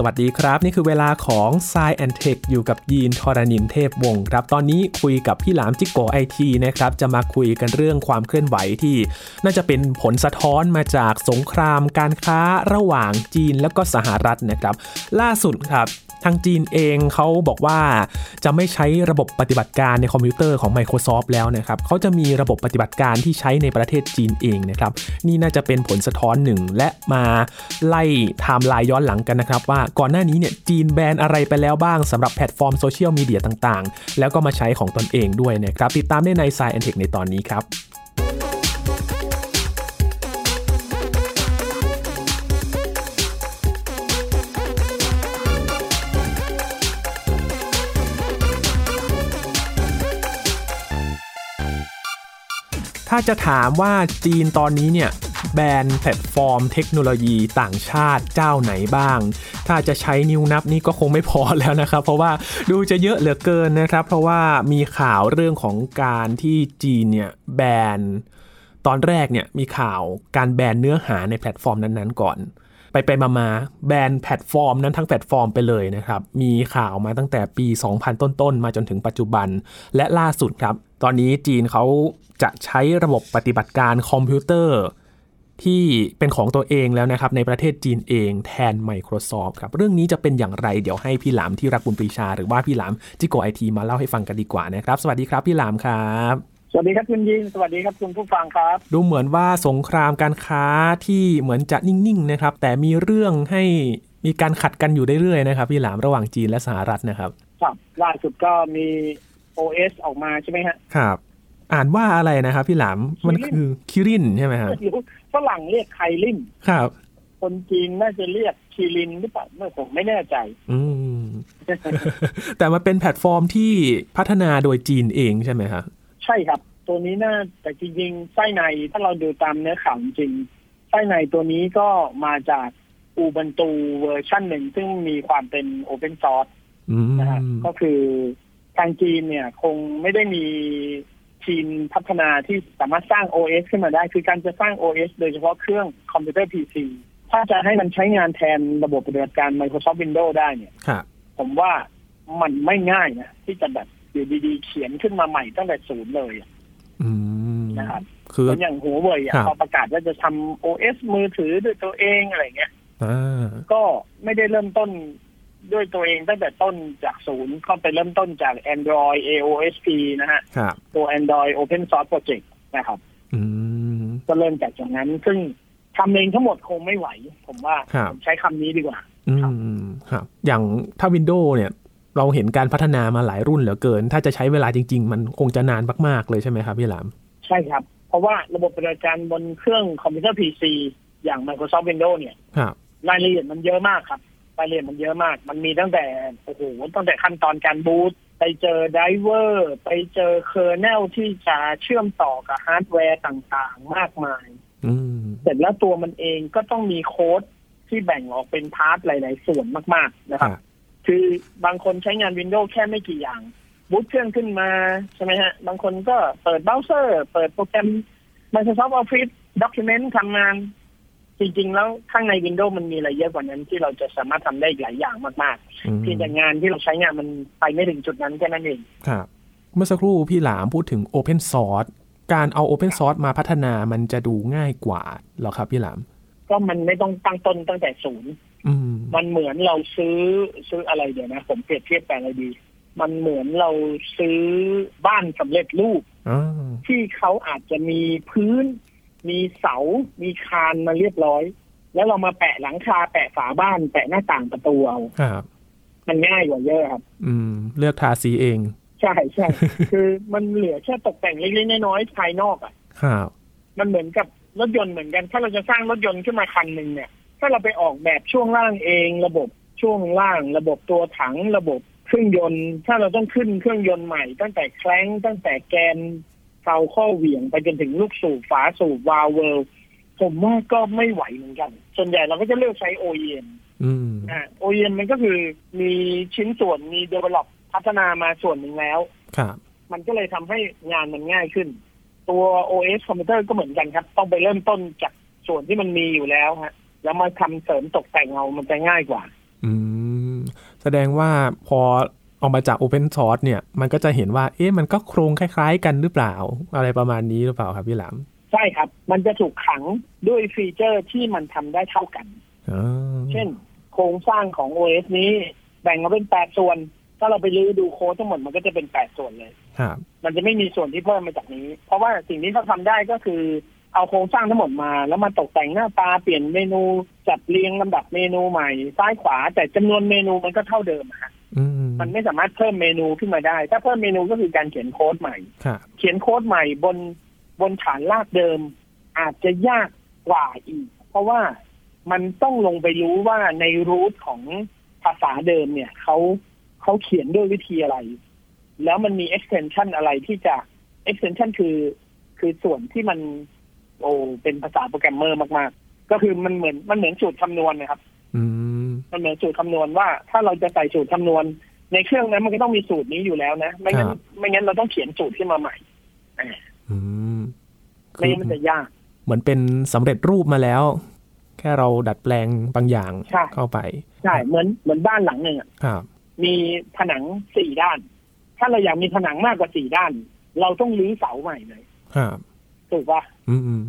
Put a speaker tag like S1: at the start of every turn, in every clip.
S1: สวัสดีครับ นี่คือเวลาของ s ซแอนเทคอยู่กับยีนทรณินเทพวงศ์ครับ ตอนนี้คุยกับพี่หลามจิกโกไอทีนะครับจะมาคุยกันเรื่องความเคลื่อนไหวที่ น่าจะเป็นผลสะท้อนมาจากสงครามการค้าระหว่างจีนแล้วก็สหรัฐนะครับ ล่าสุดครับ ทางจีนเองเขาบอกว่าจะไม่ใช้ระบบปฏิบัติการในคอมพิวเตอร์ของ Microsoft แล้วนะครับเขาจะมีระบบปฏิบัติการที่ใช้ในประเทศจีนเองนะครับ นี่น่าจะเป็นผลสะท้อนหนึ่ง และมาไล่ไทม์ไลน์ย้อนหลังกันนะครับ ว่าก่อนหน้านี้เนี่ยจีนแบนอะไรไปแล้วบ้างสำหรับแพลตฟอร์มโซเชียลมีเดียต่างๆ แล้วก็มาใช้ของตนเองด้วยนะครับ ติดตามได้ใน s ายแอนเทคในตอนนี้ครับ ถ้าจะถามว่าจีนตอนนี้เนี่ยแบรนด์แพลตฟอร์มเทคโนโลยีต่างชาติเจ้าไหนบ้าง ถ้าจะใช้นิ้วนับนี่ก็คงไม่พอแล้วนะครับ เพราะว่าดูจะเยอะเหลือเกินนะครับ เพราะว่ามีข่าวเรื่องของการที่จีนเนี่ยแบนตอนแรกเนี่ยมีข่าวการแบนเนื้อหาในแพลตฟอร์มนั้นๆก่อน ไปไปมามาแบนแพลตฟอร์มนั้นทั้งแพลตฟอร์มไปเลยนะครับ มีข่าวมาตั้งแต่ปี 2000 ต้นๆ มาจนถึงปัจจุบัน และล่าสุดครับ ตอนนี้จีนเขาจะใช้ระบบปฏิบัติการคอมพิวเตอร์ ที่เป็นของตัวเองแล้วนะครับ ในประเทศจีนเองแทน Microsoft ครับ เรื่องนี้จะเป็นอย่างไรเดี๋ยวให้พี่หลามที่รักบุญปรีชา หรือว่าพี่หลามจิโกไอทีมาเล่าให้ฟังกันดีกว่านะครับ สวัสดีครับพี่หลามครับ
S2: สวัสดีครับคุณยินสวัสดีครับคุณผู้ฟังครับ
S1: ดูเหมือนว่าสงครามการค้าที่เหมือนจะนิ่งๆนะครับ แต่มีเรื่องให้มีการขัดกันอยู่เรื่อยๆนะครับ พี่หลามระหว่างจีนและสหรัฐนะครับ
S2: ครับล่าสุดก็มี OS ออกมาใช่ไหมฮะ
S1: ครับ อ่านว่าอะไรนะครับ พี่หลามมันคือคิรินใช่ไหมครับ
S2: ไม่รู้ฝรั่งเรียกไคลิน
S1: ครับ
S2: คนจีนน่าจะเรียกคีรินหรือเปล่าเมื่อผมไม่แน่ ใจ
S1: อืม แต่มันเป็นแพลตฟอร์มที่พัฒนาโดยจีนเองใช่ไหมครับ
S2: ใช่ครับ ตัวนี้น่าแต่จริงๆไส้ในถ้าเราดูตามเนื้อข่าวจริงไส้ในตัวนี้ก็มาจากอูบันตูเวอร์ชันหนึ่ง ซึ่งมีความเป็น Open Source
S1: อืม
S2: นะฮะก็คือทางจีนเนี่ยคงไม่ได้มีทีมพัฒนาที่สามารถสร้าง OS ขึ้นมาได้ คือการจะสร้าง OS โดยเฉพาะเครื่องคอมพิวเตอร์ PC ถ้าจะให้มันใช้งานแทนระบบปฏิบัติการ Microsoft Windows ได้เนี่ย
S1: ครับ
S2: ผมว่ามันไม่ง่ายนะ ที่จะแบบอยู่ดีๆ เขียนขึ้นมาใหม่ตั้งแต่ศูนย์เลยอะ
S1: อืม
S2: นะครับ
S1: คือ
S2: เหมือนอย่างหัวเว่ยอะ
S1: ครับ
S2: พอประกาศว่าจะทำ OS มือถือด้วยตัวเองอะไรเงี้ย
S1: อ่า
S2: ก็ไม่ได้เริ่มต้นด้วยตัวเองตั้งแต่ต้นจากศูนย์ก็ไปเริ่มต้นจาก Android AOSP นะฮะ
S1: ครับ
S2: ตัว Android Open Source Project นะครับ
S1: อืม
S2: ก็เริ่มจากอย่างนั้น ซึ่งทำเองทั้งหมดคงไม่ไหว ผมว่า
S1: ครับ
S2: ผมใช้คำนี้ดีกว่า
S1: อื
S2: ครับ
S1: มครับ อย่างถ้า Windows เนี่ย เราเห็นการพัฒนามาหลายรุ่นเหลือเกิน ถ้าจะใช้เวลาจริง ๆ มันคงจะนานมากๆเลยใช่ไหมครับพี่หลาม
S2: ใช่ครับ เพราะว่าระบบปฏิบัติการบนเครื่องคอมพิวเตอร์ PC อย่าง Microsoft Windows เนี่ย
S1: ครับ
S2: รายละเอียดมันเยอะมากครับ รายละเอียดมันเยอะมาก มันมีตั้งแต่โอ้โหตั้งแต่ขั้นตอนการบูตไปเจอไดรเวอร์ ไปเจอเคอร์เนลที่จะเชื่อมต่อกับฮาร์ดแวร์ต่างๆ มากมาย
S1: อืม
S2: เสร็จแล้วตัวมันเองก็ต้องมีโค้ดที่แบ่งออกเป็นพาร์ทหลาย ๆ ส่วนมาก ๆ นะครับ
S1: ครับ
S2: คือบางคนใช้งาน Windows แค่ไม่กี่อย่าง บูตเครื่องขึ้นมาใช่ไหมฮะ บางคนก็เปิดเบราว์เซอร์ เปิดโปรแกรม Microsoft Office Document ทำงาน จริง ๆ แล้วข้างใน Windows มันมีอะไรเยอะกว่านั้นที่เราจะสามารถทำได้อีกหลายอย่างมาก
S1: อืม
S2: ๆ เพียงแต่งานที่เราใช้งานมันไปไม่ถึงจุดนั้นแค่นั้นเอง
S1: ครับเมื่อสักครู่พี่หลามพูดถึง Open Source การเอา Open Source มาพัฒนามันจะดูง่ายกว่าเหรอครับพี่หลาม
S2: ก็มันไม่ต้องตั้งต้นตั้งแต่ศูนย์
S1: อืม
S2: มันเหมือนเราซื้อซื้ออะไรเดี๋ยวนะ ผมเปรียบเทียบแปลอะไรดี มันเหมือนเราซื้อบ้านสำเร็จรูป
S1: อ่า
S2: ที่เขาอาจจะมีพื้น มีเสา มีคานมาเรียบร้อย แล้วเรามาแปะหลังคาแปะฝาบ้าน แปะหน้าต่างประตูเอา
S1: ครับ
S2: มันง่ายกว่าเยอะครับ
S1: อืม เลือกทาสีเอง
S2: ใช่ใช่ คือมันเหลือแค่ตกแต่งเล็กๆน้อยๆภายนอกอ่ะ
S1: ครับ
S2: มันเหมือนกับรถยนต์เหมือนกัน ถ้าเราจะสร้างรถยนต์ขึ้นมาคันหนึ่งเนี่ย ถ้าเราไปออกแบบช่วงล่างเอง ระบบช่วงล่าง ระบบตัวถัง ระบบเครื่องยนต์ ถ้าเราต้องขึ้นเครื่องยนต์ใหม่ ตั้งแต่แคลงตั้งแต่แกนเสาข้อเหวี่ยงไปจนถึงลูกสูบฝาสูบวาล์วเวลผมว่าก็ไม่ไหวเหมือนกัน ส่วนใหญ่เราก็จะเลือกใช้ OEM
S1: อืม
S2: อ่า OEM มันก็คือมีชิ้นส่วนมี develop พัฒนามาส่วนหนึ่งแล้ว
S1: ครับ
S2: มันก็เลยทำให้งานมันง่ายขึ้น ตัว OS คอมพิวเตอร์ก็เหมือนกันครับ ต้องไปเริ่มต้นจากส่วนที่มันมีอยู่แล้วฮะ แล้วมาทำเสริมตกแต่งเอามันจะง่ายกว่า
S1: อืม แสดงว่าพอออกมาจาก Open Source เนี่ย มันก็จะเห็นว่า เอ๊ะมันก็โครงคล้ายๆ กันหรือเปล่า อะไรประมาณนี้หรือเปล่าครับพี่หลาม
S2: ใช่ครับ มันจะถูกขังด้วยฟีเจอร์ที่มันทำได้เท่ากัน
S1: อ่า
S2: เช่น โครงสร้างของ OS นี้แบ่งมาเป็นแปดส่วน ถ้าเราไปรื้อดูโค้ดทั้งหมดมันก็จะเป็นแปดส่วนเลย
S1: ครับ
S2: มันจะไม่มีส่วนที่เพิ่มมาจากนี้ เพราะว่าสิ่งที่เขาทำได้ก็คือเอาโครงสร้างทั้งหมดมา แล้วมาตกแต่งหน้าตาเปลี่ยนเมนูจัดเรียงลำดับเมนูใหม่ ซ้ายขวา แต่จำนวนเมนูมันก็เท่าเดิมอะฮะ
S1: อืม
S2: มันไม่สามารถเพิ่มเมนูขึ้นมาได้ ถ้าเพิ่มเมนูก็คือการเขียนโค้ดใหม่
S1: ครับ
S2: เขียนโค้ดใหม่บนบนฐานรากเดิม อาจจะยากกว่าอีก เพราะว่ามันต้องลงไปรู้ว่าในรูทของภาษาเดิมเนี่ยเขาเขาเขียนด้วยวิธีอะไร แล้วมันมี extension อะไรที่จะ extension คือ คือส่วนที่มันโอ้เป็นภาษาโปรแกรมเมอร์มาก ๆ ก็คือมันเหมือนมันเหมือนสูตรคำนวณนะครับ
S1: อืม
S2: มันเหมือนสูตรคำนวณว่า ถ้าเราจะใส่สูตรคำนวณ ในเครื่องนั้นมันก็ต้องมีสูตรนี้อยู่แล้วนะ ไม่งั้นไม่งั้นเราต้องเขียนสูตรขึ้นมาใหม่
S1: อืมคื
S2: ไม่
S1: อ
S2: งั้นมันจะยาก
S1: เหมือนเป็นสำเร็จรูปมาแล้ว แค่เราดัดแปลงบางอย่าง
S2: ใช่
S1: เข้าไป
S2: ใช่เหมือนเหมือนบ้านหลังหนึ่งอะ
S1: ครับ
S2: มีผนังสี่ด้าน ถ้าเราอยากมีผนังมากกว่าสี่ด้าน เราต้องรื้อเสาใหม่เลย
S1: ครับ
S2: ถูกปะ
S1: อืมอืม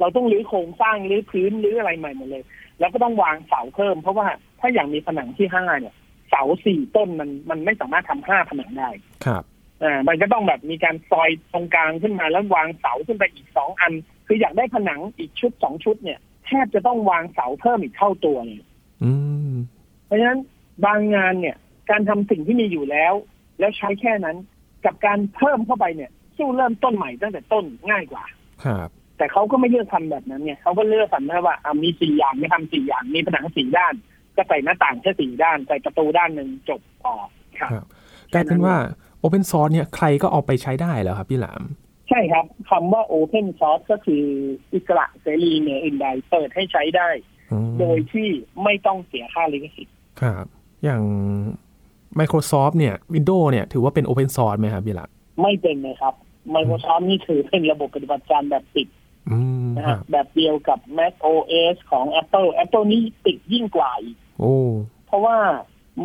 S2: เราต้องรื้อโครงสร้างรื้อพื้นรื้ออะไรใหม่หมดเลย แล้วก็ต้องวางเสาเพิ่ม เพราะว่าถ้าอยากมีผนังที่ห้าเนี่ย เสาสี่ต้นมันมันไม่สามารถทำห้าผนังได้
S1: ครับ
S2: อ่ามันก็ต้องแบบมีการซอยตรงกลางขึ้นมาแล้ววางเสาขึ้นไปอีกสองอัน คืออยากได้ผนังอีกชุดสองชุดเนี่ยแทบจะต้องวางเสาเพิ่มอีกเท่าตัวเลย
S1: อืม
S2: เพราะฉะนั้นบางงานเนี่ยการทำสิ่งที่มีอยู่แล้ว แล้วใช้แค่นั้นกับการเพิ่มเข้าไปเนี่ยสู้เริ่มต้นใหม่ตั้งแต่ต้นง่ายกว่า
S1: ครับ
S2: แต่เขาก็ไม่เลือกทำแบบนั้นเนี่ยเขาก็เลือกทำได้ว่าอ่ะมีสี่อย่างไม่ทำสี่อย่างมีผนังสี่ด้าน ก็ใส่หน้าต่างแค่สี่ด้านใส่ประตูด้านหนึ่งจบพอครับ
S1: กลายเป็นว่า Open Source เนี่ยใครก็เอาไปใช้ได้แล้วครับพี่หลาม
S2: ใช่ครับคำว่า Open Source ก็คืออิสระเสรีเหนืออื่นใดเปิดให้ใช้ได้
S1: อืม
S2: โดยที่ไม่ต้องเสียค่าลิขสิทธิ์
S1: ครับ อย่าง Microsoft เนี่ย Windows เนี่ย ถือว่าเป็น Open Source ไหมครับพี่หลัก
S2: ไม่เป็นเลยครับ Microsoft นี่ถือเป็นระบบปฏิบัติการแบบปิด
S1: อืม
S2: นะ
S1: ค
S2: ฮะ
S1: รับ
S2: แบบเดียวกับ Mac OS ของ Apple Apple นี่ติดยิ่งกว่าอีก
S1: โอ้
S2: เพราะว่า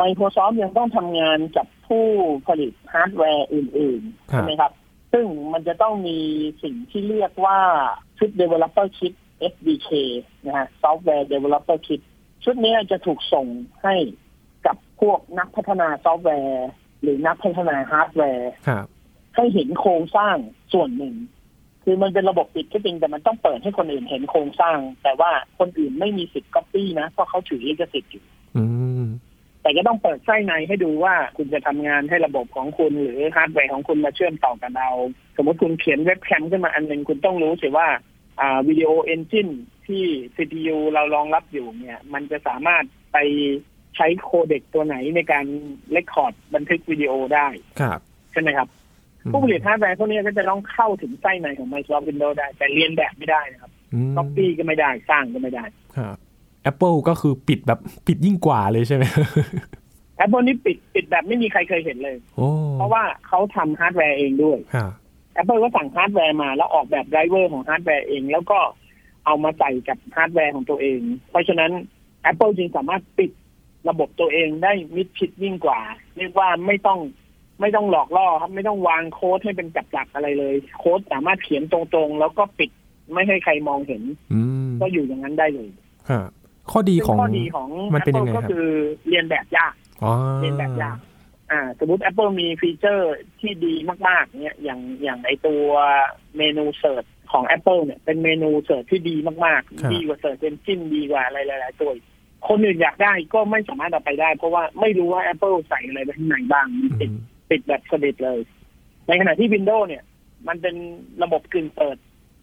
S2: Microsoft ยังต้องทำงานกับผู้ผลิตฮาร์ดแวร์อื่นๆ
S1: ครับ
S2: ใช่ไหมครับ ซึ่งมันจะต้องมีสิ่งที่เรียกว่าชุด Developer Kit SDK นะฮะ Software Developer Kit ชุดนี้จะถูกส่งให้กับพวกนักพัฒนาซอฟต์แวร์ หรือนักพัฒนาฮาร์ดแวร์
S1: ครับ
S2: ให้เห็นโครงสร้างส่วนหนึ่ง คือมันเป็นระบบปิดก็จริงแต่มันต้องเปิดให้คนอื่นเห็นโครงสร้าง แต่ว่าคนอื่นไม่มีสิทธิ์ก๊อปปี้นะเพราะเขาถือลิขสิทธิ์อยู่
S1: อืม
S2: แต่ก็ต้องเปิดไส้ในให้ดูว่าคุณจะทำงานให้ระบบของคุณหรือฮาร์ดแวร์ของคุณมาเชื่อมต่อกันเรา สมมติคุณเขียนเว็บแคมขึ้นมาอันหนึ่งคุณต้องรู้สิว่าอ่าวิดีโอเอนจินที่ CPU เรารองรับอยู่เนี่ย มันจะสามารถไปใช้โคเด็กตัวไหนในการเลคคอร์ดบันทึกวิดีโอได้
S1: ครับ
S2: ใช่ไหมครับ ผู้ผลิตฮาร์ดแวร์พวกนี้ก็จะต้องเข้าถึงไส้ในของ Microsoft Windows ได้ แต่เรียนแบบไม่ได้นะครับ
S1: ม
S2: ก๊อปปี้ก็ไม่ได้สร้างก็ไม่ได้
S1: ครับ Apple ก็คือปิดแบบปิดยิ่งกว่าเลยใช่ไหม
S2: Apple นี่ปิดปิดแบบไม่มีใครเคยเห็นเลย
S1: โอ้
S2: เพราะว่าเขาทำฮาร์ดแวร์เองด้วย
S1: ครับ
S2: Apple ก็สั่งฮาร์ดแวร์มาแล้วออกแบบไดรเวอร์ของฮาร์ดแวร์เอง แล้วก็เอามาใส่กับฮาร์ดแวร์ของตัวเอง เพราะฉะนั้น Apple จึงสามารถปิดระบบตัวเองได้มิดชิดยิ่งกว่า เรียกว่าไม่ต้องไม่ต้องหลอกล่อครับไม่ต้องวางโค้ดให้เป็นกับดักอะไรเลย โค้ดสามารถเขียนตรงๆ แล้วก็ปิดไม่ให้ใครมองเห็น
S1: อืม
S2: ก็อยู่อย่างนั้นได้เลย
S1: ครับข้อดีของ
S2: ซึ่ข้อดีของ
S1: มันเป็นยัง
S2: Apple
S1: ไงครับ
S2: ก็คือเรียนแบบยาก
S1: อ๋อ
S2: เรียนแบบยาก อ่า สมมติ Apple มีฟีเจอร์ที่ดีมากๆ เนี่ย อย่างอย่างไอตัวเมนูเสิร์ชของ Apple เนี่ย เป็นเมนูเสิร์ชที่ดีมากๆ ดีกว่าเสิร์ชเอนจินดีกว่าอะไรหลายๆตัวอีกคนอื่นอยากได้ก็ไม่สามารถเอาไปได้ เพราะว่าไม่รู้ว่า Apple ใส่อะไรไปที่ไหนบ้างมันติ
S1: อื
S2: ด
S1: ม
S2: ปิดแบบสนิทเลย ในขณะที่ Windows เนี่ย มันเป็นระบบกึ่งเปิด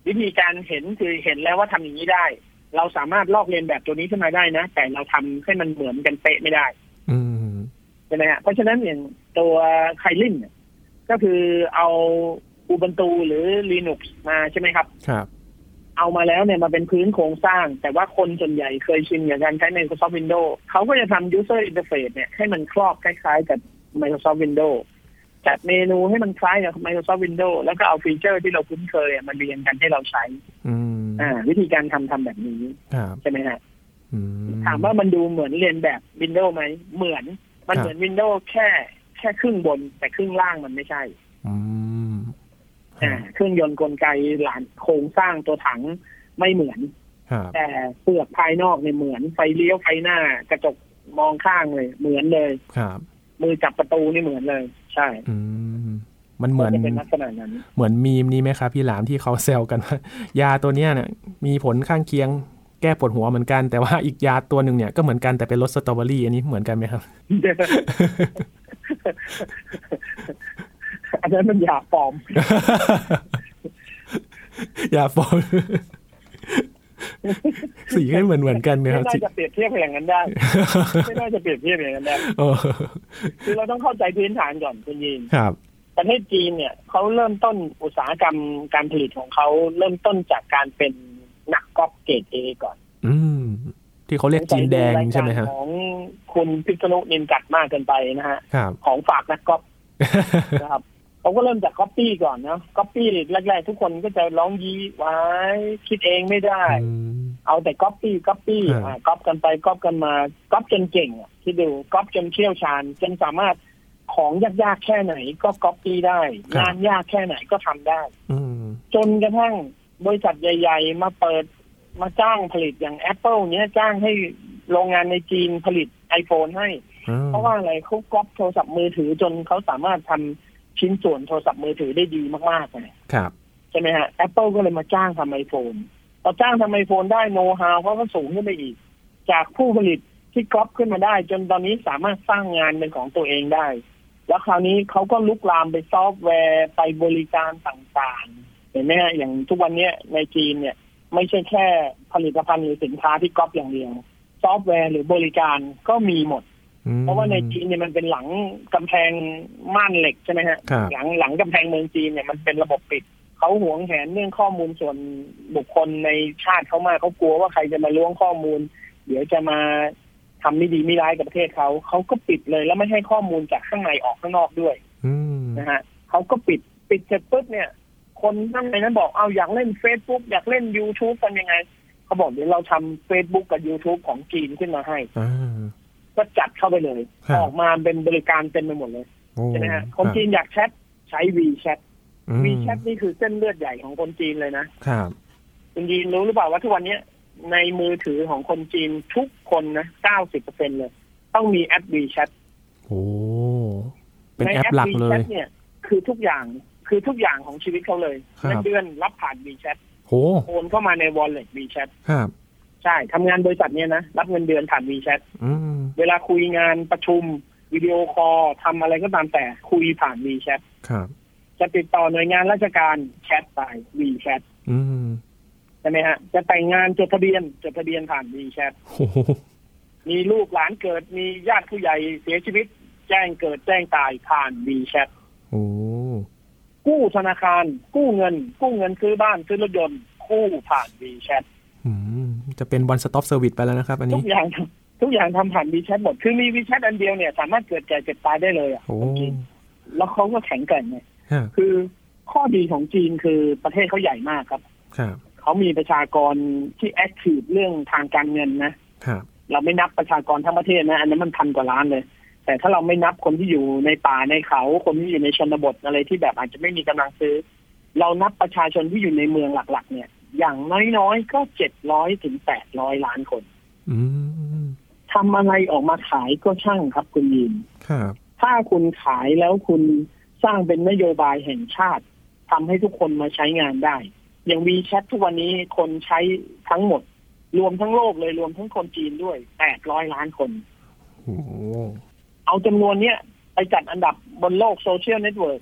S2: วิธีการเห็นคือเห็นแล้วว่าทำอย่างนี้ได้ เราสามารถลอกเลียนแบบตัวนี้ขึ้นมาได้นะ แต่เราทำให้มันเหมือนกันเป๊ะไม่ได้
S1: อืม
S2: ใช่ไหมฮะเพราะฉะนั้นอย่างตัวไคลินยก็คือเอาอุบันตูหรือ Linux มาใช่ไหมครับ
S1: ครับ
S2: เอามาแล้วเนี่ยมาเป็นพื้นโครงสร้าง แต่ว่าคนส่วนใหญ่เคยชินกับการใช้ Microsoft Windows เขาก็จะทำ User Interface เนี่ยให้มันครอบคล้ายๆกับ Microsoft Windows จัดเมนูให้มันคล้ายกับ Microsoft Windows แล้วก็เอาฟีเจอร์ที่เราคุ้นเคยอะมันเรียงกันให้เราใช้
S1: อืม
S2: อ่าวิธีการทำทำแบบนี้
S1: ครับ
S2: ใช่ไหมฮะ
S1: อืม
S2: ถามว่ามันดูเหมือนเรียนแบบ Windows ไหมเหมือน มัน
S1: ครับ
S2: เหมือนวินโดว์แค่แค่ครึ่งบนแต่ครึ่งล่างมันไม่ใช่
S1: อืม
S2: อ่าเครื่องยนต์กลไกหลานโครงสร้างตัวถังไม่เหมือน
S1: ครับ
S2: แต่เปลือกภายนอกเนี่ยเหมือนไฟเลี้ยวไฟหน้ากระจกมองข้างเลย เหมือนเลย
S1: ครับ
S2: มือจับประตูนี่เหมือนเลย ใช่
S1: อืมมันเหมือน
S2: จะเป็นลักษณะนั้น
S1: เหมือนมีมนี้ไหมครับพี่หลามที่เขาแซวกันว่า ยาตัวเนี้ยเนี่ยมีผลข้างเคียงแก้ปวดหัวเหมือนกัน แต่ว่าอีกยาตัวหนึ่งเนี่ยก็เหมือนกันแต่เป็นรสสตรอเบอรี่อันนี้เหมือนกันไหมครับ
S2: อันนั้นมันยาปลอม
S1: ยาฟอง สีก็เหมือนเหมือนกัน
S2: ไม่
S1: นะครับ
S2: น่า
S1: สี
S2: จะเปรียบเทียบอย่างนั้นได้ ไม่น่าจะเปรียบเทียบอย่างนั้นได้
S1: เออ
S2: คือเราต้องเข้าใจพื้นฐานก่อนคุณยิน
S1: ครับ
S2: ประเทศจีนเนี่ยเขาเริ่มต้นอุตสาหกรรมการผลิตของเขาเริ่มต้นจากการเป็นหนักก๊อปเกรดเอก่อน
S1: อืม ที่เขาเรียกจีนแดงใช่ไหมฮะ
S2: ของคุณพิษณุนินกัดมากเกินไปนะฮะ
S1: ครับ
S2: ของฝากนักก๊อป นะครับเขาก็เริ่มจากก๊อปปี้ก่อนนะก๊อปปี้แรกๆ ทุกคนก็จะร้องยี้ไว้คิดเองไม่ได้
S1: อืม
S2: เอาแต่ก๊อปปี้ก๊อปปี้
S1: อ่า
S2: อ่าก๊อปกันไปก๊อปกันมาก๊อปจนเก่งอ่ะที่ดูก๊อปจนเชี่ยวชาญจนสามารถของยากๆแค่ไหนก็ก๊อปปี้ได้งานยากแค่ไหนก็ทำได้
S1: อืม
S2: จนกระทั่งบริษัทใหญ่ ๆ มาเปิดมาจ้างผลิตอย่าง Apple เนี้ยจ้างให้โรงงานในจีนผลิต iPhone ให้
S1: อืม
S2: เพราะว่าอะไรเขาก๊อปโทรศัพท์มือถือจนเขาสามารถทำชิ้นส่วนโทรศัพท์มือถือได้ดีมากๆเลย
S1: ครับ
S2: ใช่ไหมฮะ Apple ก็เลยมาจ้างทำไอโฟนพอจ้างทำไอโฟนได้โน้ตฮาวเขาก็สูงขึ้นไปอีก จากผู้ผลิตที่ก๊อปขึ้นมาได้ จนตอนนี้สามารถสร้างงานเป็นของตัวเองได้ แล้วคราวนี้เขาก็ลุกลามไปซอฟต์แวร์ไปบริการต่างๆ เห็นไหมฮะอย่างทุกวันเนี้ยในจีนเนี่ย ไม่ใช่แค่ผลิตภัณฑ์หรือสินค้าที่ก๊อปอย่างเดียว ซอฟต์แวร์หรือบริการก็มีหมด
S1: อืม
S2: เพราะว่าในจีนเนี่ยมันเป็นหลังกำแพงม่านเหล็กใช่ไหมฮะ
S1: ครับ
S2: หลังหลังกำแพงเมืองจีนเนี่ยมันเป็นระบบปิด เขาหวงแหนเรื่องข้อมูลส่วนบุคคลในชาติเขามากเขากลัวว่าใครจะมาล้วงข้อมูล เดี๋ยวจะมาทำไม่ดีไม่ร้ายกับประเทศเขาเขาก็ปิดเลยแล้วไม่ให้ข้อมูลจากข้างในออกข้างนอกด้วย
S1: อืม
S2: นะฮะเขาก็ปิดปิดเสร็จปุ๊บเนี่ย คนข้างในนั้นบอกเอาอยากเล่น Facebook อยากเล่น YouTube กันยังไงเขาบอกเดี๋ยวเราทำ Facebook กับ YouTube ของจีนขึ้นมาให้
S1: อ่า
S2: ก็จัดเข้าไปเลย
S1: ครับ
S2: ออกมาเป็นบริการเต็มไปหมดเลย
S1: โอ้
S2: ใช่ไหมฮะคนจีนอยากแชทใช้ WeChat
S1: อืม
S2: WeChat นี่คือเส้นเลือดใหญ่ของคนจีนเลยนะครับ คุณยีนรู้หรือเปล่าว่าทุกวันเนี้ยในมือถือของคนจีนทุกคนนะ90เปอร์เซ็นเลย ต้องมีแอป WeChat
S1: โอ้เป็น
S2: ใน
S1: แอปหลักเลย
S2: WeChat เนี่ยคือทุกอย่างคือทุกอย่างของชีวิตเขาเลย
S1: ครับ
S2: เงินเดือนรับผ่าน WeChat
S1: โห
S2: โอนเข้ามาใน Wallet WeChat
S1: ครับ
S2: ใช่ทำงานบริษัทเนี่ยนะรับเงินเดือนผ่าน WeChat
S1: อืม
S2: เวลาคุยงานประชุมวิดีโอคอลทำอะไรก็ตามแต่คุยผ่าน WeChat
S1: ครับ
S2: จะติดต่อหน่วยงานราชการแชทไปวีแชท
S1: อืม
S2: ใช่ไหมฮะ จะแต่งงานจดทะเบียนจดทะเบียนผ่านวีแชท
S1: โอ้โห
S2: มีลูกหลานเกิดมีญาติผู้ใหญ่เสียชีวิต แจ้งเกิดแจ้งตายผ่านวีแชท
S1: โอ้
S2: กู้ธนาคาร กู้เงิน กู้เงินซื้อบ้านซื้อรถยนต์กู้ผ่านวีแชท
S1: อืมจะเป็น one stop service ไปแล้วนะครับ อัน
S2: ทุ
S1: นี้
S2: กอย่างทุกอย่างทำผ่านวีแชทหมด คือมีวีแชทอันเดียวเนี่ย สามารถเกิดแก่เจ็บตายได้เลยอ่ะ
S1: โอ้
S2: จริงๆแล้วเขาก็แข็งแกร่งไง
S1: ครับ
S2: คือข้อดีของจีนคือประเทศเขาใหญ่มากครับ
S1: ครับ
S2: เขามีประชากรที่แอคทีฟเรื่องทางการเงินนะ
S1: ครับ
S2: เราไม่นับประชากรทั้งประเทศนะ อันนั้นมันพันกว่าล้านเลย แต่ถ้าเราไม่นับคนที่อยู่ในป่าในเขา คนที่อยู่ในชนบทอะไรที่แบบอาจจะไม่มีกำลังซื้อ เรานับประชาชนที่อยู่ในเมืองหลัก ๆ เนี่ย อย่างน้อยๆก็เจ็ดร้อยถึงแปดร้อยล้านคน
S1: อืม
S2: ทำอะไรออกมาขายก็ช่างครับคุณยิน
S1: ครับ
S2: ถ้าคุณขายแล้วคุณสร้างเป็นนโยบายแห่งชาติทำให้ทุกคนมาใช้งานได้ อย่างวีแชททุกวันนี้คนใช้ทั้งหมด รวมทั้งโลกเลยรวมทั้งคนจีนด้วยแปดร้อยล้านคน
S1: โอ้โห
S2: เอาจำนวนเนี้ยไปจัดอันดับบนโลกโซเชียลเน็ตเวิร์ก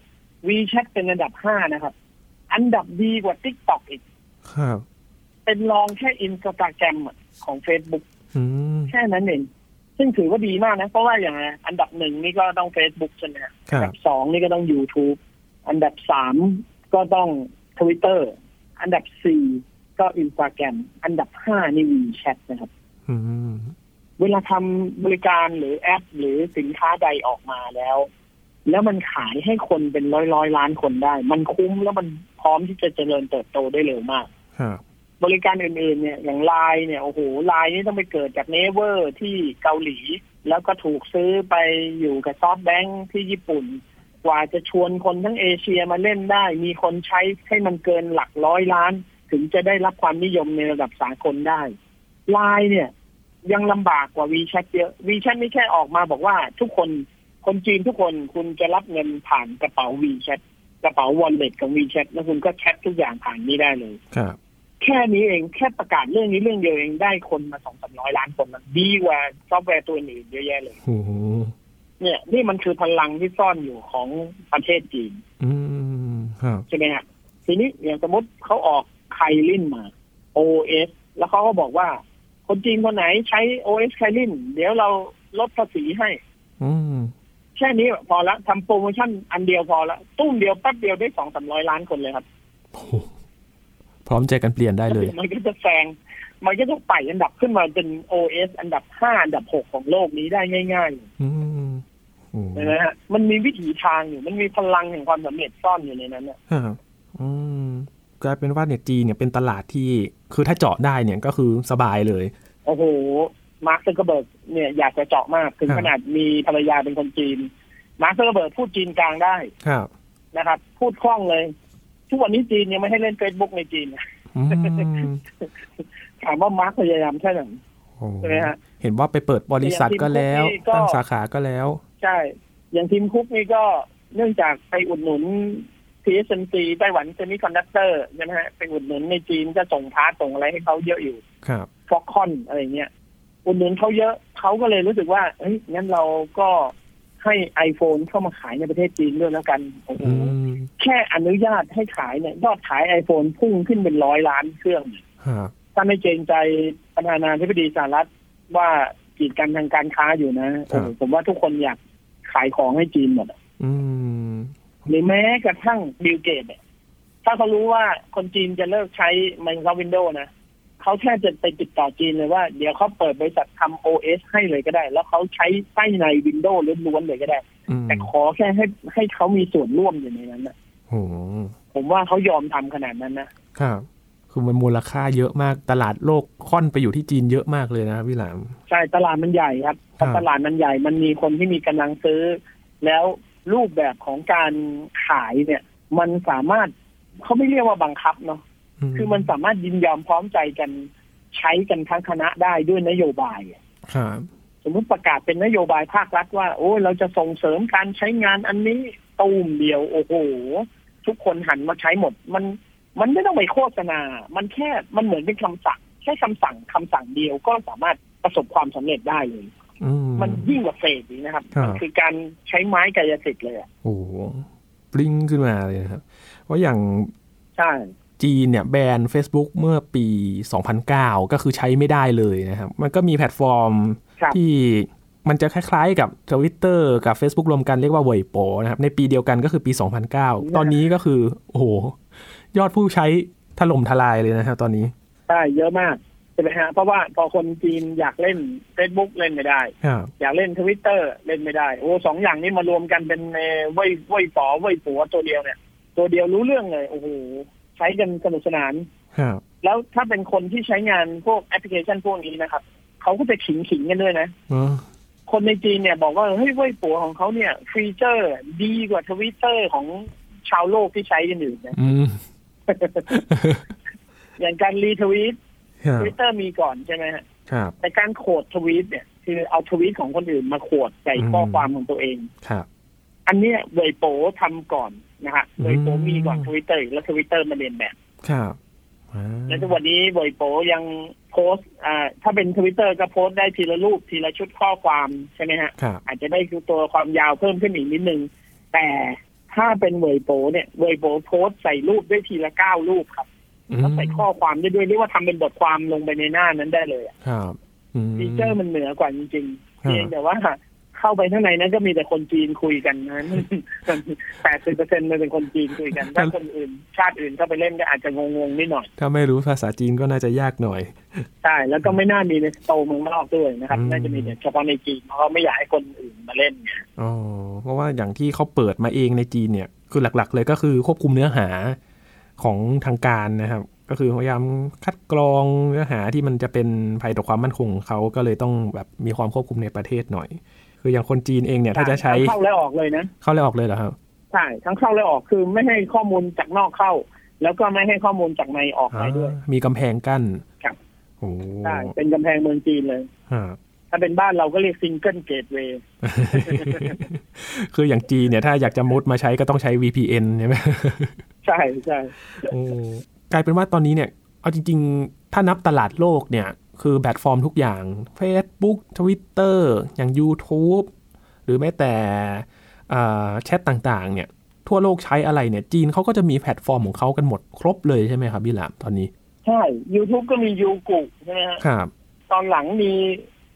S2: วีแชทเป็นอันดับห้านะครับ อันดับดีกว่า t ิ k t o k อีก
S1: ครับ
S2: เป็นรองแค่อินสตาแกรมของ Facebook
S1: อืม
S2: แค่นั้นเองซึ่งถือว่าดีมากนะ เพราะว่าอย่างอันดับหนึ่งนี่ก็ต้อง Facebook ใช่ไหมฮะ
S1: ครั
S2: อัน
S1: บ
S2: ดับสองนี่ก็ต้อง YouTube อันดับสามก็ต้อง Twitter อันดับสี่ก็อินสตาแกรมอันดับห้านี่วีแชทนะครับ
S1: อืม
S2: เวลาทำบริการหรือแอป หรือสินค้าใดออกมาแล้ว แล้วมันขายให้คนเป็นร้อยร้อยๆล้านคนได้ มันคุ้มแล้วมันพร้อมที่จะเจริญเติบโตได้เร็วมาก
S1: ครับ
S2: บริการอื่นๆเนี่ยอย่างไลน์เนี่ยโอ้โหไลน์นี่ต้องไปเกิดจากเนเวอร์ที่เกาหลี แล้วก็ถูกซื้อไปอยู่กับซอฟแบงที่ญี่ปุ่น กว่าจะชวนคนทั้งเอเชียมาเล่นได้ มีคนใช้ให้มันเกินหลักร้อยล้าน ถึงจะได้รับความนิยมในระดับสากลได้ไลน์เนี่ย ยังลำบากกว่าวีแชทเยอะวีแชทไม่แค่ออกมาบอกว่าทุกคนคนจีนทุกคนคุณจะรับเงินผ่านกระเป๋าวีแชทกระเป๋าวอลเล็ตของวีแชทแล้วคุณก็แชททุกอย่างผ่านนี้ได้เลย
S1: ครับ
S2: แค่นี้เองแค่ประกาศเรื่องนี้เรื่องเดียวเองได้คนมาสองสามร้อยล้านคนมันดีกว่าซอฟต์แวร์ตัวอื่นเยอะแยะเลย
S1: โอ้โห
S2: เนี่ย นี่มันคือพลังที่ซ่อนอยู่ของประเทศจีน
S1: อืมครับ
S2: ใช่ไหมฮะทีนี้อย่างสมมติเขาออกไคลินมา OS แล้วเขาก็บอกว่า คนจีนคนไหนใช้ OS ไคลินเดี๋ยวเราลดภาษีให้
S1: อืม
S2: แค่นี้พอละทำโปรโมชั่นอันเดียวพอละตุ้มเดียวแป๊บเดียวได้สองสามร้อยล้านคนเลยครับ
S1: โอ้โหพร้อมใจกันเปลี่ยนได้เลย
S2: มันก็จะแซง มันก็จะไต่อันดับขึ้นมาเป็น OS อันดับห้าอันดับหกของโลกนี้ได้ง่าย
S1: อืมโอ้
S2: ๆนะฮะ มันมีวิถีทางอยู่ มันมีพลังแห่งความสำเร็จซ่อนอยู่ในนั้นนะครับ
S1: อืมกลายเป็นว่าเนี่ยจีนเนี่ยเป็นตลาดที่ คือถ้าเจาะได้เนี่ยก็คือสบายเลย
S2: โอ้โห มาร์คซักเบิร์กเนี่ยอยากจะเจาะมาก ถึงขนาดมีภรรยาเป็นคนจีน มาร์คซักเบิร์กพูดจีนกลางได้
S1: ครับ
S2: นะครับ พูดคล่องเลย ทุกวันนี้จีนยังไม่ให้เล่น Facebook ในจีน
S1: อืม
S2: ถามว่ามาร์คพยายามแค่ไหน
S1: โอ้โห
S2: ใช่ไหมฮะ
S1: เห็นว่าไปเปิดบริษัทก็แล้ว
S2: อย่างที่พวก
S1: ตั้
S2: นี้ก็
S1: งสาขาก็แล้ว
S2: ใช่ อย่างทีมคุกนี่ก็เนื่องจากไปอุดหนุน TSMC ไต้หวันเซมิคอนดักเตอร์ใช่ไหมฮะไปอุดหนุนในจีนก็ส่งพาร์ทส่งอะไรให้เขาเยอะอยู่
S1: ครับ
S2: ฟ็อกคอนอะไรเงี้ย อุดหนุนเขาเยอะเขาก็เลยรู้สึกว่าเฮ้ยงั้นเราก็ให้ iPhone เข้ามาขายในประเทศจีนด้วยแล้วกันโอ้โห
S1: อืม
S2: แค่อนุญาตให้ขายเนี่ยยอดขาย iPhone พุ่งขึ้นเป็นร้อยล้านเครื่อง
S1: ครับ
S2: ถ้าไม่เกรงใจประธานาธิบดีสหรัฐว่ากีดกันทางการค้าอยู่นะโอ้โหผมว่าทุกคนอยากขายของให้จีนหมดอะ
S1: อืม
S2: หรือแม้กระทั่งบิลเกตเนี่ยถ้าเขารู้ว่าคนจีนจะเลิกใช้ Microsoft Windows นะเขาแค่จะไปติดต่อจีนเลยว่า เดี๋ยวเขาเปิดบริษัททำ OS ให้เลยก็ได้ แล้วเขาใช้ไส้ใน Windows ล้วนๆเลยก็ได้
S1: อืม
S2: แต่ขอแค่ให้ให้เขามีส่วนร่วมอยู่ในนั้นนะ
S1: โอ้โห
S2: ผมว่าเขายอมทำขนาดนั้นนะครับ
S1: คือมันมูลค่าเยอะมากตลาดโลกค่อนไปอยู่ที่จีนเยอะมากเลยนะพี่หลาม
S2: ใช่ตลาดมันใหญ่ครับพอ
S1: ครับ
S2: ตลาดมันใหญ่มันมีคนที่มีกำลังซื้อ แล้วรูปแบบของการขายเนี่ย มันสามารถเขาไม่เรียกว่าบังคับเนาะ คือมันสามารถยินยอมพร้อมใจกันใช้กันทั้งคณะได้ด้วยนโยบายอะ
S1: ครับ
S2: สมมติประกาศเป็นนโยบายภาครัฐว่า โอ้ยเราจะส่งเสริมการใช้งานอันนี้ตูมเดียว โอ้โห ทุกคนหันมาใช้หมด มันมันไม่ต้องไปโฆษณา มันแค่มันเหมือนเป็นคำสั่งแค่คำสั่งคำสั่งเดียวก็สามารถประสบความสำเร็จได้เลย
S1: อืม
S2: มันยิ่งกว่าเฟสอีกนะครับ
S1: ครับ
S2: มัคือการใช้ไม้กายสิทธิ์เลยอะ
S1: โอ้โหปลิ้งขึ้นมาเลยนะครับ ว่าอย่าง
S2: ใช่
S1: จีนเนี่ยแบน Facebook เมื่อปี 2009 ก็คือใช้ไม่ได้เลยนะครับ มันก็มีแพลตฟอร์ม
S2: ครับ
S1: ที่มันจะคล้ายๆกับ Twitter กับ Facebook รวมกันเรียกว่าเว่ยโปนะครับ ในปีเดียวกันก็คือปี 2009 ตอนนี้ก็คือ โอ้โห ยอดผู้ใช้ถล่มทลายเลยนะครับตอนนี้
S2: ใช่เยอะมากใช่ไหมฮะเพราะว่าพอคนจีนอยากเล่น Facebook เล่นไม่ได้
S1: ครับ
S2: อยากเล่นทวิตเตอร์เล่นไม่ได้ โอ้สองอย่างนี้มารวมกันเป็นเอ่อเว้ยเว้ยป๋อเว้ยปัวตัวเดียวเนี่ย ตัวเดียวรู้เรื่องเลย โอ้โหใช้กันสนุกสนาน
S1: ครับ
S2: แล้วถ้าเป็นคนที่ใช้งานพวกแอปพลิเคชันพวกนี้นะครับเขาก็จะขิงขิงๆกันด้วยนะ
S1: อ๋อ
S2: คนในจีนเนี่ยบอกว่าเฮ้ยเว้ยปัวของเขาเนี่ยฟีเจอร์ดีกว่าทวิตเตอร์ของชาวโลกที่ใช้กันอยู่นะ
S1: อืม
S2: อย่างการรีทวีต
S1: ครั
S2: ท
S1: บ
S2: วิตเตอร์มีก่อนใช่ไหมฮะ
S1: ครับ
S2: แต่การโขดทวีตเนี่ย คือเอาทวีตของคนอื่นมาโขดใส่ข้อความของตัวเอง
S1: ครับ
S2: อันเนี้ยเวยโปทำก่อนนะฮะ
S1: อืม
S2: เวยโปมีก่อนทวิตเตอร์แล้วทวิตเตอร์มาเรียนแบบ
S1: ครับอ่า
S2: แล้วทุกวันนี้เวยโปยังโพสต์อ่าถ้าเป็นทวิตเตอร์ก็โพสต์ได้ทีละรูปทีละชุดข้อความใช่ไหมฮะ
S1: ครับ
S2: อาจจะได้ตัวความยาวเพิ่มขึ้นอีกนิดนึง แต่ถ้าเป็นเวยโปเนี่ยเวยโปโพสต์ใส่รูปได้ทีละเก้ารูปครับแล้วใส่ข้อความได้ด้วยเรียกว่าทำเป็นบทความลงไปในหน้านั้นได้เลยอะ
S1: ครับม
S2: ฟีเจอร์มันเหนือกว่าจริงๆ
S1: ครับ
S2: เพียงแต่ว่าเข้าไปข้างในนั้นก็มีแต่คนจีนคุยกัน นะแปดสิบเปอร์เซ็นต์มันเป็นคนจีนคุยกัน ถ้าคนอื่น ชาติอื่นเข้าไปเล่นก็อาจจะงงๆนิดหน่อย
S1: ถ้าไม่รู้ภาษาจีนก็น่าจะยากหน่อย
S2: ใช่แล้วก็ไม่น่ามีในสโตร์เมืองนอกด้วยนะครับ
S1: อืม
S2: น่าจะมีแต่เฉพาะในจีนเพราะเขาไม่อยากให้คนอื่นมาเล่นไง
S1: อ๋อ เพราะว่าอย่างที่เขาเปิดมาเองในจีนเนี่ย คือหลักๆ เลยก็คือควบคุมเนื้อหาของทางการนะครับ ก็คือพยายามคัดกรองเนื้อหาที่มันจะเป็นภัยต่อความมั่นคงของเขาก็เลยต้องแบบมีความควบคุมในประเทศหน่อย คืออย่างคนจีนเองเนี่ยถ้าจะใช้
S2: ทั้งเข้าและออกเลยนะ
S1: เข้าและออกเลยเหรอครับ
S2: ใช่ทั้งเข้าและออกคือไม่ให้ข้อมูลจากนอกเข้า แล้วก็ไม่ให้ข้อมูลจากในออกไปด้วย
S1: มีกำแพงกั้น
S2: ครับ
S1: โอ้
S2: ใช่เป็นกำแพงเมืองจีนเลย
S1: ฮะ
S2: ถ้าเป็นบ้านเราก็เรียกซิงเกิลเกตเวย์
S1: คืออย่างจีนเนี่ยถ้าอยากจะมุดมาใช้ก็ต้องใช้ VPN ใช่ไหม
S2: ใช่ใช่
S1: โอ้กลายเป็นว่าตอนนี้เนี่ย เอาจริง ๆ ถ้านับตลาดโลกเนี่ย คือแพลตฟอร์มทุกอย่าง Facebook Twitter อย่าง YouTube หรือแม้แต่อ่าแชทต่างๆ เนี่ย ทั่วโลกใช้อะไรเนี่ย จีนเขาก็จะมีแพลตฟอร์มของเขากันหมดครบเลยใช่ไหมครับพี่หลามตอนนี้
S2: ใช่ YouTube ก็มียูกุใช่ไหมฮะ
S1: ครับ
S2: ตอนหลังมี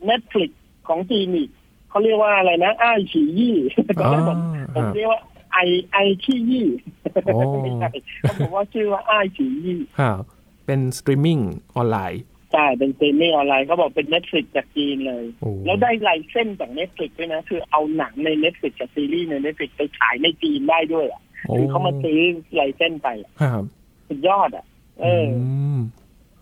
S2: Netflix ของจีนอีกเขาเรียกว่าอะไรนะไอ้ายฉียี่ตอนแรกผมผมเรียกว่าไอไอขี้ยี่
S1: อ๋อ
S2: ไม่ใช่เพราะผมว่าชื่อว่าไอ้ายฉียี่
S1: ครับ เป็นสตรีมมิ่งออนไลน์
S2: ใช่เป็นเซมี่ออนไลน์เขาบอกเป็น Netflix จากจีนเลย
S1: โอ้
S2: แล้วได้ไลเส้นส์จาก Netflix ด้วยนะ คือเอาหนังใน Netflix กับซีรีส์ใน Netflix ไปขายในจีนได้ด้วยอ่ะคือเขามาซื้อไลเส้นส์ไปอะ
S1: ครับ
S2: สุดยอดอ่ะ เอออ
S1: ม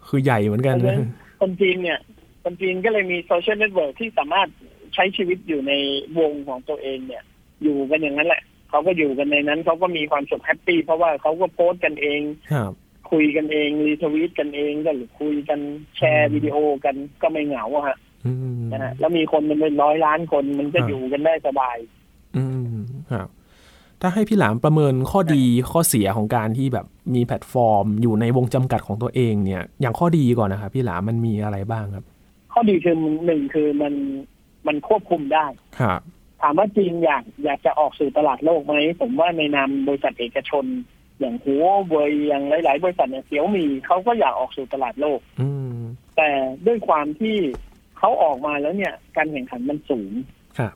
S1: คือใหญ่เหมือนกันนะ
S2: คนจีนเนี่ยคนจีนก็เลยมีโซเชียลเน็ตเวิร์กที่สามารถใช้ชีวิตอยู่ในวงของตัวเองเนี่ย อยู่กันอย่างนั้นแหละ เขาก็อยู่กันในนั้น เขาก็มีความสุขแฮปปี้เพราะว่าเขาก็โพสต์กันเอง
S1: ครับ
S2: คุยกันเอง รีทวีตกันเองก็หรือคุยกันแชร์วิดีโอกันก็ไม่เหงาอะฮะ
S1: อืม
S2: นะฮะแล้วมีคนมันเป็นร้อยล้านคนมันก็อยู่กันได้สบาย
S1: อืมครับ ถ้าให้พี่หลามประเมินข้อดีข้อเสียของการที่แบบมีแพลตฟอร์ม อยู่ในวงจำกัดของตัวเองเนี่ย อย่างข้อดีก่อนนะครับพี่หลามมันมีอะไรบ้างครับ
S2: ข้อดีคือหนึ่งคือมันมันควบคุมได้
S1: ครับ
S2: ถามว่าจีนอยากอยากจะออกสู่ตลาดโลกไหม ผมว่าในนามบริษัทเอกชน อย่างหัวเวยอย่างหลาย ๆ บริษัทเนี่ยเสียวมีเขาก็อยากออกสู่ตลาดโลก
S1: อืม
S2: แต่ด้วยความที่เขาออกมาแล้วเนี่ย การแข่งขันมันสูง
S1: ครับ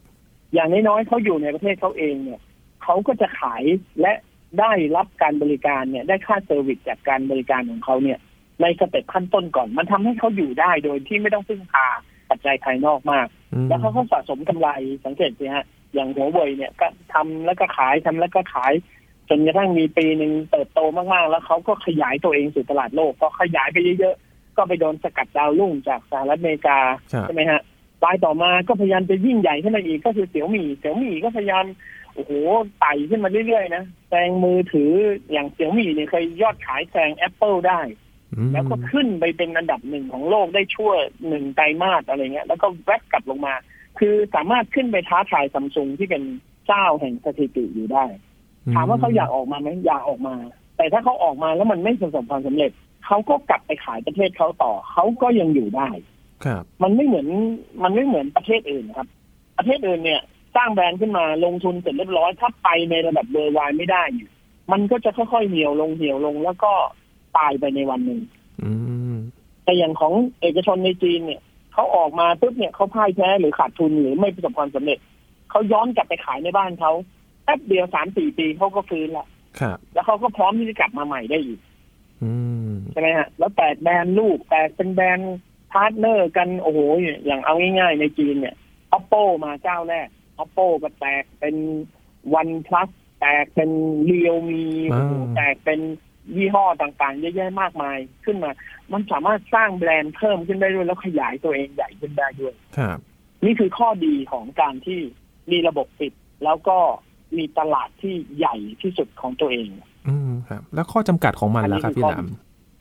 S2: อย่างน้อยๆเขาอยู่ในประเทศเขาเองเนี่ยเขาก็จะขายและได้รับการบริการเนี่ย ได้ค่าเซอร์วิสจากการบริการของเขาเนี่ย ในสเต็ปขั้นต้นก่อน มันทำให้เขาอยู่ได้โดยที่ไม่ต้องพึ่งพาปัจจัยภายนอกมาก
S1: อืม
S2: แล้วเขาก็สะสมกำไรสังเกตสิฮะ อย่างหัวเว่ยเนี่ยก็ทำแล้วก็ขายทำแล้วก็ขาย จนกระทั่งมีปีหนึ่งเติบโตมาก ๆ แล้วเขาก็ขยายตัวเองสู่ตลาดโลกพอขยายไปเยอะๆ ก็ไปโดนสกัดดาวรุ่งจากสหรัฐอเมริกา
S1: ครับ
S2: ใช่ไหมฮะรายต่อมาก็พยายามจะยิ่งใหญ่ขึ้นมาอีกก็คือเสี่ยวมี่เสี่ยวมี่ก็พยายามโอ้โหไต่ขึ้นมาเรื่อยๆนะแซงมือถืออย่างเสี่ยวมี่เนี่ยเคยยอดขายแซง Apple ได้
S1: อืม
S2: แล้วก็ขึ้นไปเป็นอันดับหนึ่งของโลกได้ชั่วหนึ่งไตรมาสอะไรเงี้ย แล้วก็แวกกลับลงมา คือสามารถขึ้นไปท้าทายซัมซุงที่เป็นเจ้าแห่งสถิติอยู่ได้ ถามว่าเขาอยากออกมาไหมอยากออกมา แต่ถ้าเขาออกมาแล้วมันไม่ประสบความสำเร็จ เขาก็กลับไปขายประเทศเขาต่อ เขาก็ยังอยู่ได้
S1: ครับ
S2: มันไม่เหมือนมันไม่เหมือนประเทศอื่นครับ ประเทศอื่นเนี่ย สร้างแบรนด์ขึ้นมาลงทุนเสร็จเรียบร้อยถ้าไปในระดับเบอร์วายไม่ได้เนี่ยมันก็จะค่อยๆเหี่ยวลงเหี่ยวลงแล้วก็ตายไปในวันหนึ่ง
S1: อืม
S2: แต่อย่างของเอกชนในจีนเนี่ยเขาออกมาปุ๊บเนี่ยเขาพ่ายแพ้หรือขาดทุนหรือไม่ประสบความสำเร็จเขาย้อนกลับไปขายในบ้านเขาแป๊บเดียวสามสี่ปีเขาก็ฟื้นละ
S1: ครับ
S2: แล้วเขาก็พร้อมที่จะกลับมาใหม่ได้อีก
S1: อืม
S2: ใช่ไหมฮะแล้วแตกแบรนด์ลูกแตกเป็นแบรนด์พาร์ทเนอร์กันโอ้โหอย่างเอาง่ายๆในจีนเนี่ย oppo มาเจ้าแรก oppo ก็แตกเป็น one plus แตกเป็น realme
S1: อ่า
S2: โอ้โหแตกเป็นยี่ห้อต่างๆ เยอะแยะมากมายขึ้นมา มันสามารถสร้างแบรนด์เพิ่มขึ้นได้ด้วย แล้วขยายตัวเองใหญ่ขึ้นได้ด้วย
S1: ครับ
S2: นี่คือข้อดีของการที่มีระบบปิด แล้วก็มีตลาดที่ใหญ่ที่สุดของตัวเอง
S1: อืม ครับ แล้วข้อจำกัดของมันล่ะครับพี่หลาม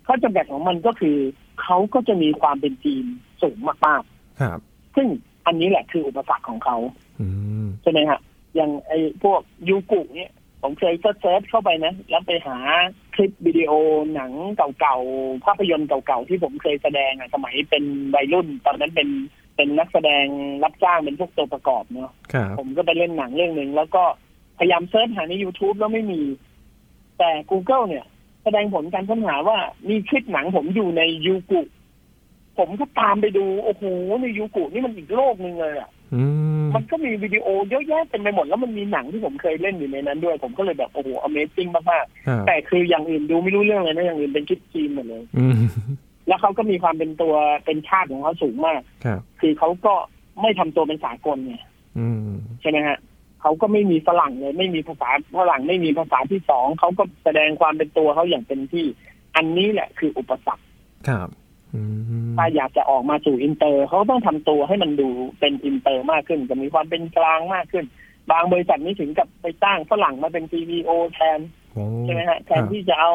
S2: ข้อจำกัดของมันก็คือ เขาก็จะมีความเป็นจีนสูงมาก
S1: ครับ
S2: ๆ ซึ่งอันนี้แหละคืออุปสรรคของเขา
S1: อืม
S2: ใช่ไหมฮะอย่างไอ้พวกยูกุเนี่ยผมเคยก็เซิร์ชเข้าไปนะ แล้วไปหาคลิปวิดีโอหนังเก่าๆ ภาพยนตร์เก่าๆ ที่ผมเคยแสดงอะสมัยเป็นวัยรุ่น ตอนนั้นเป็นเป็นนักแสดงรับจ้างเป็นพวกตัวประกอบเนาะ
S1: ครับ
S2: ผมก็ไปเล่นหนังเรื่องหนึ่งแล้วก็พยายามเซิร์ชหาใน YouTube แล้วไม่มี แต่ Google เนี่ย แสดงผลการค้นหาว่ามีคลิปหนังผมอยู่ในยูกุผมก็ตามไปดูโอ้โหในยูกุนี่มันอีกโลกหนึ่งเลยอะ
S1: อืม
S2: มันก็มีวิดีโอเยอะแยะเต็มไปหมดแล้วมันมีหนังที่ผมเคยเล่นอยู่ในนั้นด้วย ผมก็เลยแบบโอ้โห Amazing มาก
S1: ครั
S2: ๆ
S1: บ
S2: แต่คืออย่างอื่นดูไม่รู้เรื่องเลยนะ อย่างอื่นเป็นคลิปจีนหมดเลย
S1: อืม
S2: แล้วเขาก็มีความเป็นตัวเป็นชาติของเขาสูงมาก
S1: ครับ
S2: คือเขาก็ไม่ทำตัวเป็นสากลไง
S1: อืม
S2: ใช่ไหมฮะเขาก็ไม่มีฝรั่งเลย ไม่มีภาษาฝรั่งไม่มีภาษาที่สองเขาก็แสดงความเป็นตัวเขาอย่างเต็มที่ อันนี้แหละคืออุปสรรค
S1: ครับอืม
S2: ถ้าอยากจะออกมาสู่อินเตอร์เขาต้องทำตัวให้มันดูเป็นอินเตอร์มากขึ้น จะมีความเป็นกลางมากขึ้น บางบริษัทนี่ถึงกับไปจ้างฝรั่งมาเป็น CVO แทน
S1: โอ้
S2: ใช่ไหมฮะแทน
S1: ครับ
S2: ที่จะเอา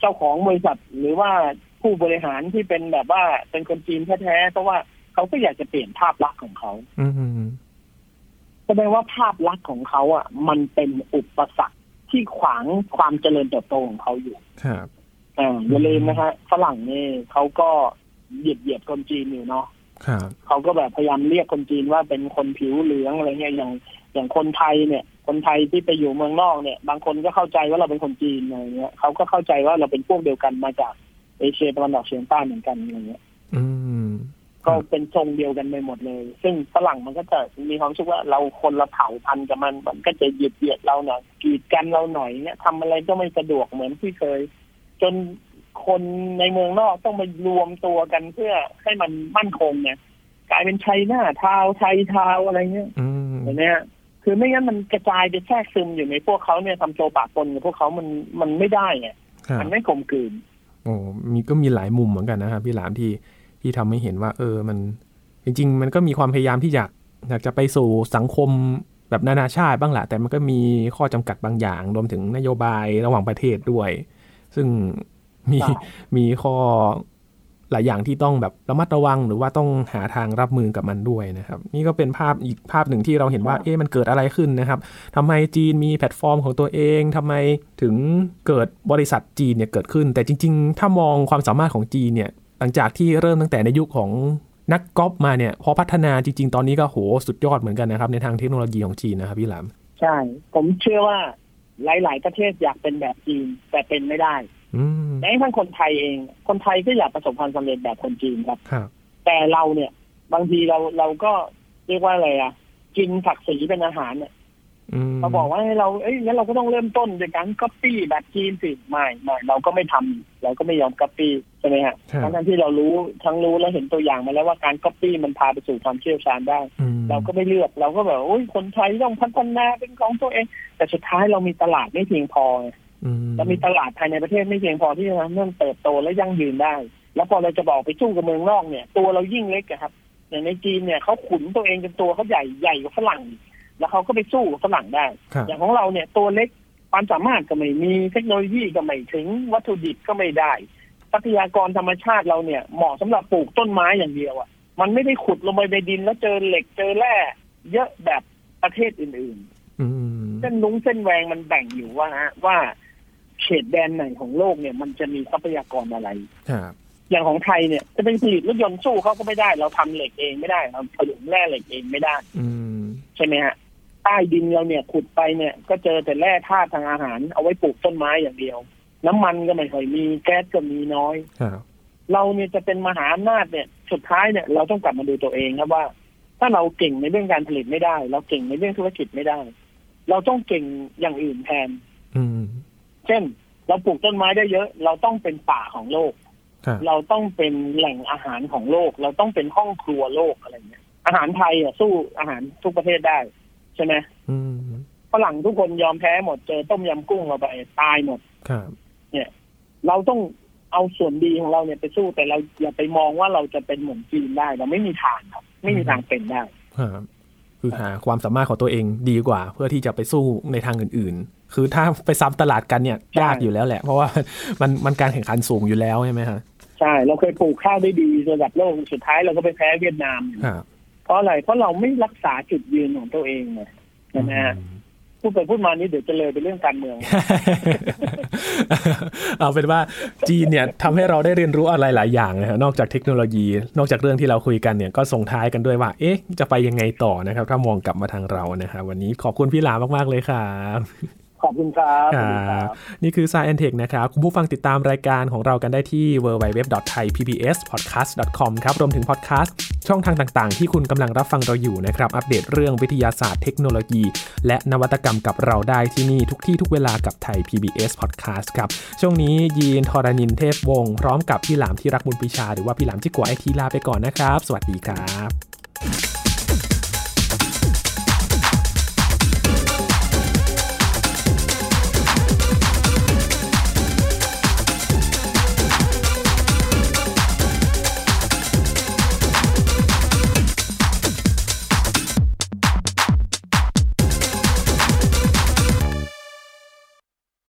S2: เจ้าของบริษัทหรือว่าผู้บริหารที่เป็นแบบว่าเป็นคนจีนแท้ๆเพราะว่าเขาก็อยากจะเปลี่ยนภาพลักษณ์ของเขา
S1: อืม
S2: แสดงว่าภาพลักษณ์ของเขาอ่ะ มันเป็นอุปสรรคที่ขวางความเจริญเติบโตของเขาอยู่
S1: ครับ
S2: อ่าอย่าลืมนะฮะฝรั่งนี่เขาก็เหยียดเหยียดๆคนจีนอยู่เนาะ
S1: ครับ
S2: เขาก็แบบพยายามเรียกคนจีนว่าเป็นคนผิวเหลืองอะไรเงี้ยอย่างอย่างคนไทยเนี่ย คนไทยที่ไปอยู่เมืองนอกเนี่ย บางคนก็เข้าใจว่าเราเป็นคนจีนอะไรเงี้ยเขาก็เข้าใจว่าเราเป็นพวกเดียวกันมาจากเอเชียตะวันออกเฉียงใต้เหมือนกันอะไรเงี้ย
S1: อืม
S2: ก็เป็นทรงเดียวกันไปหมดเลย ซึ่งฝรั่งมันก็จะมีความรู้สึกว่าเราคนละเผ่าพันธุ์กับมันมันก็จะเหยียดเบียดเราหน่อยกีดกันเราหน่อยเงี้ยทำอะไรก็ไม่สะดวกเหมือนที่เคย จนคนในเมืองนอกต้องมารวมตัวกันเพื่อให้มันมั่นคงไงกลายเป็นไชน่าทาวน์ไทยทาวน์อะไรเงี้ย
S1: อืม
S2: เห็นไหมฮะคือไม่งั้นมันกระจายไปแทรกซึมอยู่ในพวกเขาเนี่ยทำโจปากปนกับพวกเขามันมันไม่ได้ไง
S1: ครับ
S2: มันไม่กลมกลืน
S1: โอ้มีก็มีหลายมุมเหมือนกันนะครับพี่หลามที่ที่ทำให้เห็นว่า เออมัน จริง ๆ มันก็มีความพยายามที่อยากอยากจะไปสู่สังคมแบบนานาชาติบ้างแหละแต่มันก็มีข้อจำกัดบางอย่าง รวมถึงนโยบายระหว่างประเทศด้วย ซึ่ง มี
S2: ใช่
S1: มีข้อหลายอย่างที่ต้องแบบระมัดระวังหรือว่าต้องหาทางรับมือกับมันด้วยนะครับ นี่ก็เป็นภาพอีกภาพหนึ่งที่เราเห็นว่า เอ๊ะมันเกิดอะไรขึ้นนะครับ ทำไมจีนมีแพลตฟอร์มของตัวเอง ทำไมถึงเกิดบริษัทจีนเนี่ยเกิดขึ้น แต่จริง ๆ ถ้ามองความสามารถของจีนเนี่ย หลังจากที่เริ่มตั้งแต่ในยุคของนักกอล์ฟมาเนี่ย พอพัฒนาจริง ๆ ตอนนี้ก็โหสุดยอดเหมือนกันนะครับ ในทางเทคโนโลยีของจีนนะครับพี่หลาม
S2: ใช่ ผมเชื่อว่าหลาย ๆ ประเทศอยากเป็นแบบจีนแต่เป็นไม่ได้
S1: อืม
S2: แม้กระทั่งคนไทยเอง คนไทยก็อยากประสบความสำเร็จแบบคนจีนครับ
S1: ครับ
S2: แต่เราเนี่ย บางทีเราเราก็เรียกว่าอะไรอะกินผักสีเป็นอาหารเนี่ย
S1: อืม
S2: เขาบอกว่าให้เรา เอ้ย งั้นเราก็ต้องเริ่มต้นจากการก๊อปปี้แบบจีนสิ ไม่ไม่เราก็ไม่ทำเราก็ไม่ยอมก๊อปปี้ใช่ไหมฮะ
S1: ครับ
S2: ทั้งๆที่เรารู้ ทั้งรู้และเห็นตัวอย่างมาแล้วว่าการก๊อปปี้มันพาไปสู่ความเชี่ยวชาญได้
S1: อืม
S2: เราก็ไม่เลือก เราก็แบบโอ้ย คนไทยต้องพัฒนาเป็นของตัวเอง แต่สุดท้ายเรามีตลาดไม่เพียงพอไง
S1: อืม
S2: เรามีตลาดภายในประเทศไม่เพียงพอที่จะทำให้มันเติบโตและยั่งยืนได้ แล้วพอเราจะบอกไปสู้กับเมืองนอกเนี่ย ตัวเรายิ่งเล็กอะครับ อย่างในจีนเนี่ยเขาขุนตัวเองจนตัวเขาใหญ่ใหญ่กว่าฝรั่งอีกแล้วเขาก็ไปสู้กับฝรั่งได้
S1: ครับ
S2: อย่างของเราเนี่ยตัวเล็กความสามารถก็ไม่มีเทคโนโลยีก็ไม่ถึงวัตถุดิบก็ไม่ได้ ทรัพยากรธรรมชาติเราเนี่ยเหมาะสำหรับปลูกต้นไม้อย่างเดียวอะ่ะ มันไม่ได้ขุดลงไปในดินแล้วเจอเหล็กเจอแร่เยอะแบบประเทศอื่น
S1: อืม
S2: ๆ เส้นลุงเส้นแวงมันแบ่งอยู่ว่าฮะว่าเขตแดนไหนของโลกเนี่ยมันจะมีทรัพยากรอะไร
S1: ครับ
S2: อย่างของไทยเนี่ยจะเป็นผลิตรถยนต์สู้เขาก็ไม่ได้ เราทำเหล็กเองไม่ได้เราผลิตแร่เหล็กเองไม่ได้
S1: อืม
S2: ใช่ไหมฮะใต้ดินเราเนี่ยขุดไปเนี่ย ก็เจอแต่แร่ธาตุทางอาหาร เอาไว้ปลูกต้นไม้อย่างเดียว น้ำมันก็ไม่ค่อยมีแก๊สก็มีน้อย
S1: ครับ
S2: เราเนี่ยจะเป็นมหาอำนาจเนี่ย สุดท้ายเนี่ยเราต้องกลับมาดูตัวเองครับว่า ถ้าเราเก่งในเรื่องการผลิตไม่ได้ เราเก่งในเรื่องธุรกิจไม่ได้ เราต้องเก่งอย่างอื่นแทน
S1: อืม
S2: เช่น เราปลูกต้นไม้ได้เยอะ เราต้องเป็นป่าของโลก
S1: ครับ
S2: เราต้องเป็นแหล่งอาหารของโลก เราต้องเป็นห้องครัวโลกอะไรเงี้ยอาหารไทยอ่ะสู้อาหารทุกประเทศได้ใช่ไหม
S1: อืม
S2: ฝรั่งทุกคนยอมแพ้หมดเจอต้มยำกุ้งเราไปตายหมด
S1: ครับ
S2: เราต้องเอาส่วนดีของเราเนี่ยไปสู้แต่เราอย่าไปมองว่าเราจะเป็นเหมือนจีนได้ เราไม่มีทางครับ ไม่มีทางเป็นได้
S1: ครับคือหาความสามารถของตัวเองดีกว่า เพื่อที่จะไปสู้ในทางอื่น ๆ คือถ้าไปซ้ำตลาดกันเนี่ยยากอยู่แล้วแหละ เพราะว่ามันมันการแข่งขันสูงอยู่แล้วใช่ไหมฮะ
S2: ใช่ เราเคยปลูกข้าวได้ดีระดับโลกสุดท้ายเราก็ไปแพ้เวียดนาม
S1: ครับ
S2: เพราะอะไรเพราะเราไม่รักษาจุดยืนของตัวเองไงใช่ไหมฮะพูดไปพูดมานี่เดี๋ยวจะเลยไปเรื่องการเมือง
S1: เอาเป็นว่าจีนเนี่ยทำให้เราได้เรียนรู้อะไรหลายอย่างนะฮะนอกจากเทคโนโลยี นอกจากเรื่องที่เราคุยกันเนี่ยก็ส่งท้ายกันด้วยว่า เอ๊ะ จะไปยังไงต่อนะครับ ถ้ามองกลับมาทางเรานะครับวันนี้ขอบคุณพี่หลามากๆเลยครับ
S2: ขอบคุณครับสวัสดีครับ
S1: นี่คือ s ายแอนเทคนะครับ คุณผู้ฟังติดตามรายการของเรากันได้ที่ www.thaipbspodcast.com ครับรวมถึงพอดแคสต์ช่องทางต่างๆ ที่คุณกำลังรับฟังเราอยู่นะครับ อัปเดตเรื่องวิทยาศาสตร์เทคโนโลยี และนวัตกรรมกับเราได้ที่นี่ทุกที่ทุกเวลากับไทย PBS Podcast ครับ ช่วงนี้ยีนทอรานินเทพวงศ์พร้อมกับพี่หลามที่รักบุญปรีชา หรือว่าพี่หลามที่กัวไอทีลาไปก่อนนะครับ สวัสดีครับ